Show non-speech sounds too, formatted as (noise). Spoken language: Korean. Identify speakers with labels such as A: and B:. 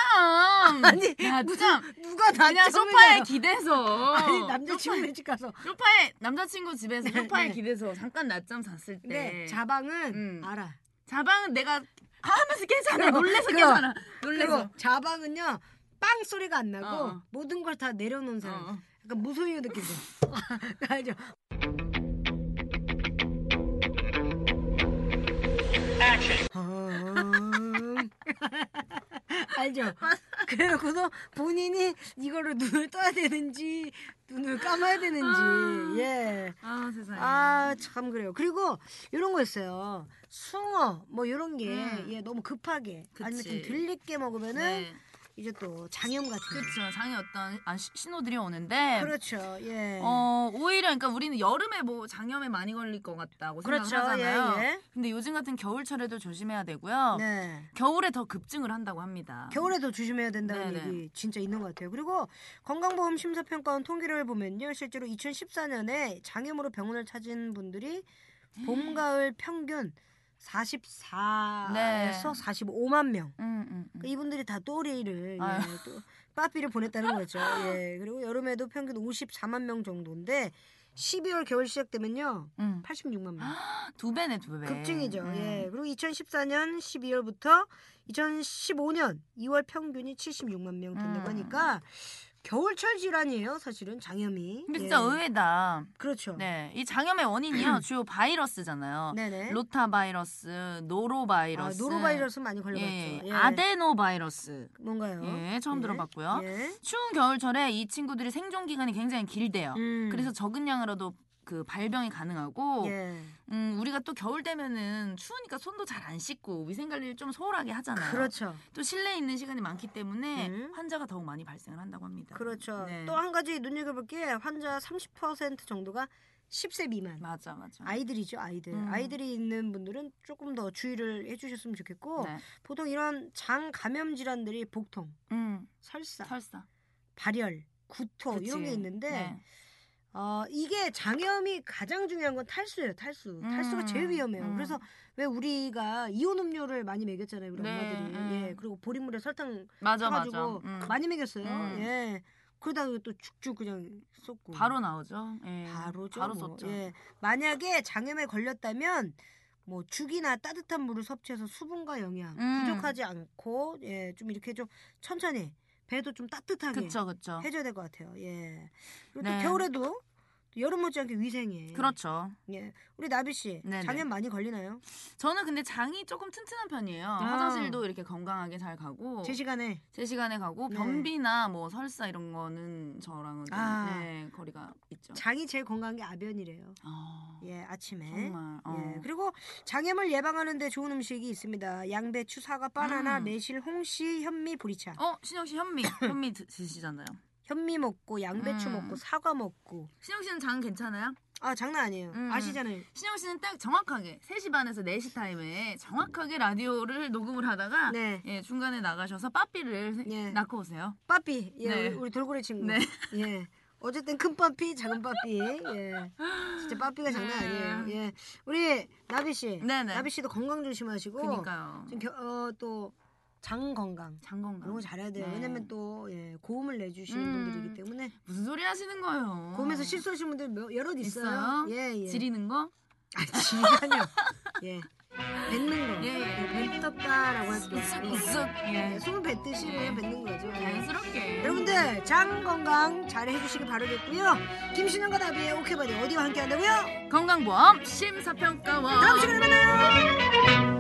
A: (laughs) 아니,
B: 낮잠!
A: 누가 다
B: 그냥 소파에
A: (laughs)
B: 기대서. 어.
A: 아니 남자친구 집 가서.
B: 소파에 남자친구 집에서 소파에
A: 네.
B: 기대서 잠깐 낮잠 잤을 때
A: 근데 자방은
B: 네. 음.
A: 알아.
B: 자방은 내가 하면서 깨잖아 놀래서
A: 그럼.
B: 깨잖아 놀래서
A: 그리고 자방은요 빵 소리가 안 나고
B: 어, 어.
A: 모든 걸 다 내려놓은 사람.
B: 어.
A: 약간 무소유 느낌이.
B: (laughs)
A: 알죠? 음.
B: (laughs)
A: 알죠? 그래놓고서 본인이 이거를 눈을 떠야 되는지 눈을 감아야 되는지 예.
B: 아 세상에
A: 아 참 그래요. 그리고 이런 거 있어요. 숭어 뭐 이런 게
B: 음.
A: 예, 너무 급하게 아니면 좀
B: 그치.
A: 들리게 먹으면은
B: 네.
A: 이제 또 장염 같은. 거.
B: 그렇죠 장에 어떤 아, 시- 신호들이 오는데
A: 그렇죠. 예.
B: 어 오히려 그러니까 우리는 여름에 뭐 장염에 많이 걸릴 것 같다고
A: 그렇죠.
B: 생각을 하잖아요
A: 예, 예.
B: 근데 요즘 같은 겨울철에도 조심해야 되고요
A: 네.
B: 겨울에 더 급증을 한다고 합니다
A: 겨울에도 조심해야 된다는
B: 네네.
A: 얘기 진짜 있는 것 같아요. 그리고 건강보험 심사평가원 통계를 보면요, 실제로 2014년에 장염으로 병원을 찾은 분들이 봄, 가을 평균 44에서
B: 네.
A: 45만 명.
B: 음, 음, 음.
A: 그러니까 이분들이 다 또래를
B: 아유.
A: 예, 또 빠삐를 보냈다는
B: (laughs)
A: 거죠. 예. 그리고 여름에도 평균 54만 명 정도인데 12월 겨울 시작되면요,
B: 음.
A: 86만 명.
B: 두 배네 두 배.
A: 급증이죠.
B: 음.
A: 예. 그리고 2014년 12월부터 2015년 2월 평균이 76만 명 된다고
B: 음.
A: 하니까 겨울철 질환이에요. 사실은 장염이.
B: 근데 진짜
A: 예.
B: 의외다.
A: 그렇죠. 네.
B: 네, 이 장염의 원인이요 주요 바이러스잖아요.
A: 음. 네네.
B: 로타 바이러스, 노로 바이러스,
A: 아, 노로바이러스 많이 걸려봤죠.
B: 예,
A: 예.
B: 아데노 바이러스.
A: 뭔가요?
B: 예, 처음
A: 예.
B: 들어봤고요.
A: 예.
B: 추운 겨울철에 이 친구들이 생존 기간이 굉장히 길대요.
A: 음.
B: 어, 그래서 적은 양으로도 그 발병이 가능하고,
A: 예.
B: 음, 우리가 또 겨울 되면은 추우니까 손도 잘 안 씻고 위생 관리를 좀 소홀하게 하잖아요.
A: 그렇죠.
B: 또 실내에 있는 시간이 많기 때문에
A: 음.
B: 환자가 더욱 많이 발생을 한다고 합니다.
A: 그렇죠.
B: 네.
A: 또 한 가지 눈여겨볼 게 환자 30% 정도가 10세 미만.
B: 맞아 맞아.
A: 아이들이죠, 아이들.
B: 음.
A: 아이들이 있는 분들은 조금 더 주의를 해주셨으면 좋겠고,
B: 네.
A: 보통 이런 장 감염 질환들이 복통,
B: 음.
A: 설사,
B: 설사.
A: 발열, 구토 뭐 이런
B: 그치.
A: 게 있는데,
B: 네.
A: 어, 이게 장염이 가장 중요한 건 탈수예요, 탈수.
B: 음,
A: 탈수가 제일 위험해요.
B: 음.
A: 그래서 왜 우리가 이온 음료를 많이 먹였잖아요, 우리
B: 네,
A: 엄마들이.
B: 음.
A: 예, 그리고 보리물에 설탕
B: 맞아 맞아.
A: 타가지고 그
B: 음.
A: 많이 먹였어요.
B: 음.
A: 예. 그러다가 또 죽죽 그냥 쏟고.
B: 바로 나오죠. 예.
A: 바로죠.
B: 바로
A: 뭐.
B: 썼죠.
A: 예. 만약에 장염에 걸렸다면 뭐 죽이나 따뜻한 물을 섭취해서 수분과 영양
B: 음.
A: 부족하지 않고 예, 좀 이렇게 좀 천천히 배도 좀 따뜻하게
B: 그쵸 그쵸.
A: 해줘야 될 것 같아요. 예. 그리고 또
B: 네.
A: 겨울에도 또 여름 못지않게 위생해.
B: 그렇죠.
A: 예. 우리 나비 씨
B: 네네.
A: 장염 많이 걸리나요?
B: 저는 근데 장이 조금 튼튼한 편이에요.
A: 아.
B: 화장실도 이렇게 건강하게 잘 가고
A: 제 시간에
B: 제 시간에 가고
A: 네.
B: 변비나 뭐 설사 이런 거는 저랑은 좀,
A: 아.
B: 네, 거리가 있죠.
A: 장이 제일 건강한 게 아변이래요.
B: 어,
A: 예, 아침에.
B: 정말. 어.
A: 예, 그리고 장염을 예방하는데 좋은 음식이 있습니다. 양배추, 사과, 바나나,
B: 음.
A: 매실, 홍시, 현미, 보리차.
B: 어, 신영 씨 현미 현미 드, 드시잖아요.
A: 현미 먹고 양배추
B: 음.
A: 먹고 사과 먹고.
B: 신영 씨는 장 괜찮아요?
A: 아 장난 아니에요.
B: 음.
A: 아시잖아요.
B: 신영 씨는 딱 정확하게 3시 반에서 4시 타임에 정확하게 라디오를 녹음을 하다가
A: 네.
B: 예, 중간에 나가셔서 빠삐를
A: 예.
B: 낳고 오세요.
A: 빠삐. 예,
B: 네.
A: 우리- 우리 돌고래 친구.
B: 네.
A: 예. 어쨌든 큰 빠삐, 작은 빠삐. 예. 진짜 빠삐가 장난 아니에요. 예. 우리 나비 씨.
B: 네. 네네.
A: 나비 씨도 건강 조심하시고.
B: 그니까요.
A: 어. 지금 겨- 어, 또장 건강.
B: 장 건강.
A: 이런 거 잘해야 돼요.
B: 네.
A: 왜냐면 또 예, 고음을 내주시는
B: 음.
A: 분들이기 때문에
B: 무슨 소리 하시는 거예요?
A: 고음에서 실수하시는 분들 몇- 여럿 있어요.
B: 아. 있어요?
A: 예, 예.
B: 지리는 거?
A: (laughs) 아, 지리가요. 예. 뱉는 거.
B: 예, 예.
A: 뱉었다라고 할게요.
B: 우스-
A: 예.
B: 우스. 예.
A: 예, 숨을 뱉듯이 그냥
B: 예.
A: 뱉는 거죠. 예.
B: 자연스럽게.
A: 여러분들 장 건강 잘 해주시기 바라겠고요. 김신영과 나비의 오케바디 어디와 함께 한다고요?
B: 건강보험 심사평가원.
A: 다음 시간에 만나요.